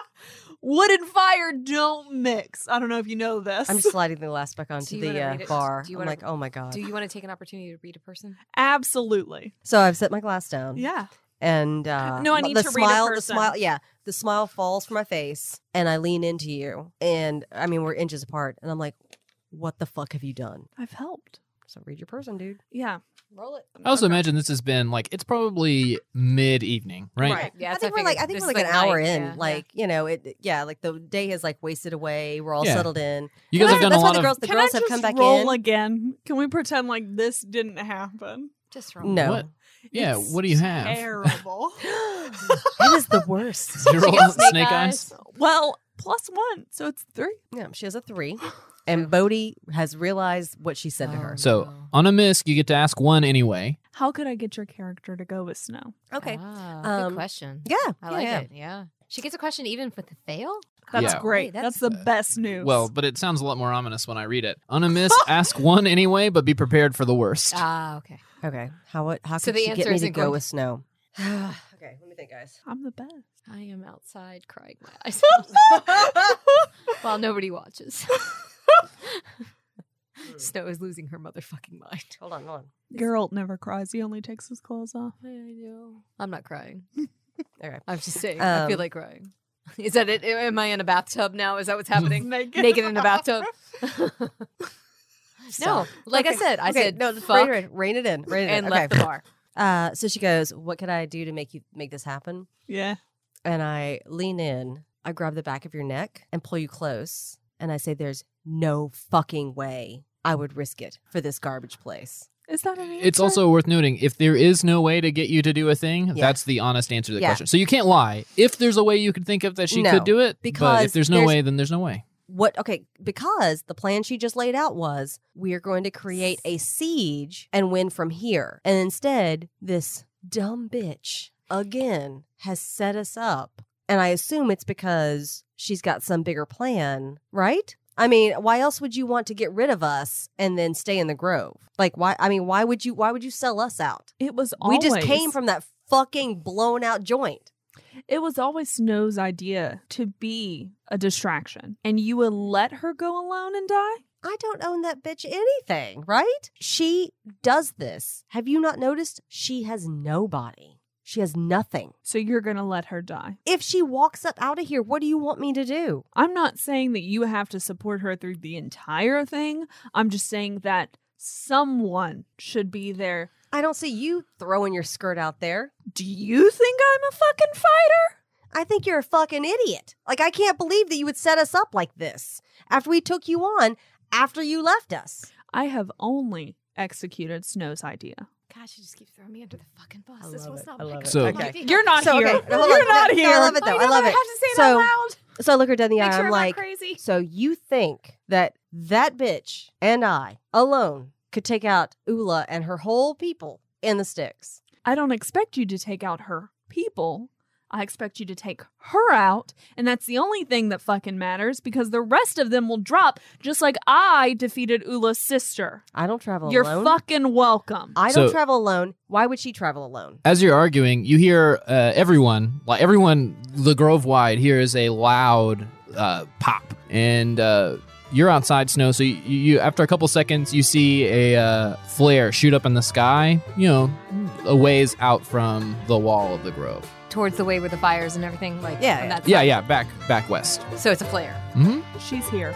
C: Wood and fire don't mix. I don't know if you know this.
B: I'm sliding the last back onto
A: you
B: the
A: wanna
B: uh,
A: read it?
B: bar.
A: Do you
B: I'm
A: wanna-
B: like, "Oh my god."
A: Do you want to take an opportunity to read a person?
C: Absolutely.
B: so I've set my glass down.
C: Yeah.
B: and uh,
C: No, I
B: m-
C: need
B: the
C: to read a
B: smile,
C: person.
B: The smile, yeah, the smile falls from my face, and I lean into you, and I mean we're inches apart, and I'm like, "What the fuck have you done?"
C: I've helped.
B: So read your person, dude.
C: Yeah.
A: Roll it.
D: I also imagine this has been like it's probably mid evening, right?
A: Yeah, that's
B: I
A: what
B: think we're like,
A: figured.
B: I think
A: This
B: we're
A: is
B: like an hour
A: night,
B: in,
A: yeah.
B: like you know, it, yeah, like the day has like wasted away. We're all
D: Yeah.
B: settled in.
D: You guys
B: That's-
D: have done a
B: that's why
D: lot
B: the
D: of
B: girls, the
C: Can
B: girls
C: I
B: have
C: just
B: come back
C: roll
B: in.
C: again? Can we pretend like this didn't happen?
A: just roll.
B: No,
D: What? yeah.
C: It's
D: What do you have?
C: Terrible.
B: it is the worst.
D: Did you roll
A: Snake
D: snake eyes.
C: well, plus one, so it's three.
B: Yeah, she has a three, and Bodhi has realized what she said to
A: Oh,
B: her.
D: So
A: no.
D: on a misc, you get to ask one anyway.
C: How could I get your character to go with Snow?
B: Okay,
A: Ah,
B: Um,
A: good question.
B: yeah,
A: I like
B: yeah.
A: it. Yeah. She gets a question even with the fail.
C: That's
D: Yeah. Uh,
C: great.
A: Hey,
C: that's,
A: that's-
C: the best news.
D: Well, but it sounds a lot more ominous when I read it. On a misc, ask one anyway, but be prepared for the worst.
A: Ah, okay.
B: Okay, how would- how
A: So
B: could
A: the
B: she get
A: answer
B: me to
A: isn't
B: go
A: going-
B: with Snow? okay, let me think, guys.
C: I'm the best.
A: I am outside crying my eyes out while nobody watches. Snow is losing her motherfucking mind.
B: Hold on, hold on.
C: Geralt never cries. He only takes his clothes off.
A: I know. I'm not crying.
B: Okay.
A: I'm just saying. I
B: Um,
A: feel like crying. Is that it? Am I in a bathtub now? Is that what's happening?
C: Naked.
A: Naked in a bathtub? no. Like I
B: Okay,
A: said, I
B: okay,
A: said
B: no,
A: no,
B: just
A: fuck
B: Rein it in. Rein it in. Rein it
A: and
B: in.
A: left
B: Okay.
A: the bar.
B: Uh, so she goes, "What could I do to make you make this happen?"
C: Yeah.
B: And I lean in. I grab the back of your neck and pull you close, and I say, "There's no fucking way I would risk it for this garbage place."
C: Is that an answer?
D: It's also worth noting if there is no way to get you to do a thing, that's the honest answer to the
B: Yeah.
D: question. So you can't lie. If there's a way you could think of that she
B: No,
D: could do it, but
B: because
D: if there's no
B: there's-
D: way, then there's no way.
B: What? Okay, because the plan she just laid out was we are going to create a siege and win from here, and instead, this dumb bitch again has set us up. And I assume it's because she's got some bigger plan, right? I mean, why else would you want to get rid of us and then stay in the grove? Like, why? I mean, why would you? Why would you sell us out?
C: It was
B: We
C: always.
B: just came from that fucking blown out joint.
C: It was always Snow's idea to be a distraction, and you would let her go alone and die.
B: I don't own that bitch anything, right? She does this. Have you not noticed? She has nobody. She has nothing.
C: So you're going to let her die.
B: If she walks up out of here, what do you want me to do?
C: I'm not saying that you have to support her through the entire thing. I'm just saying that someone should be there.
B: I don't see you throwing your skirt out there.
C: Do you think I'm a fucking fighter?
B: I think you're a fucking idiot. Like, I can't believe that you would set us up like this after we took you on, after you left us.
C: I have only executed Snow's idea.
A: Gosh, you just keep throwing me under the fucking bus.
B: I
A: this
B: love
A: was
B: it.
A: not
B: I love
A: my
B: it.
D: So-
A: idea.
C: You're not
B: So,
C: here.
B: okay,
C: You're
B: hold on. No,
C: not
B: no,
C: here.
B: I love it though.
A: you
B: I
A: know
B: love
A: I
B: it.
A: have to say it
B: So-
A: out loud.
B: So I look her dead in the
A: Make
B: eye.
A: sure
B: I'm
A: I'm
B: like,
A: not crazy.
B: so you think that that bitch and I alone could take out Ula and her whole people in the sticks?
C: I don't expect you to take out her people. I expect you to take her out, and that's the only thing that fucking matters because the rest of them will drop just like I defeated Ula's sister.
B: I don't travel
C: You're
B: alone.
C: fucking welcome.
B: I don't
D: So-
B: travel alone. Why would she travel alone?
D: As you're arguing, you hear uh, everyone, like everyone, the grove wide hears a loud uh, pop, and uh, you're outside, Snow. So you, you, after a couple seconds, you see a uh, flare shoot up in the sky. You know, a ways out from the wall of the grove.
A: Towards the way with the fires and everything. Like,
B: Yeah,
A: on
B: yeah.
A: that
D: Yeah,
A: side.
D: yeah, back back west.
A: So it's a flare.
D: hmm
C: She's here.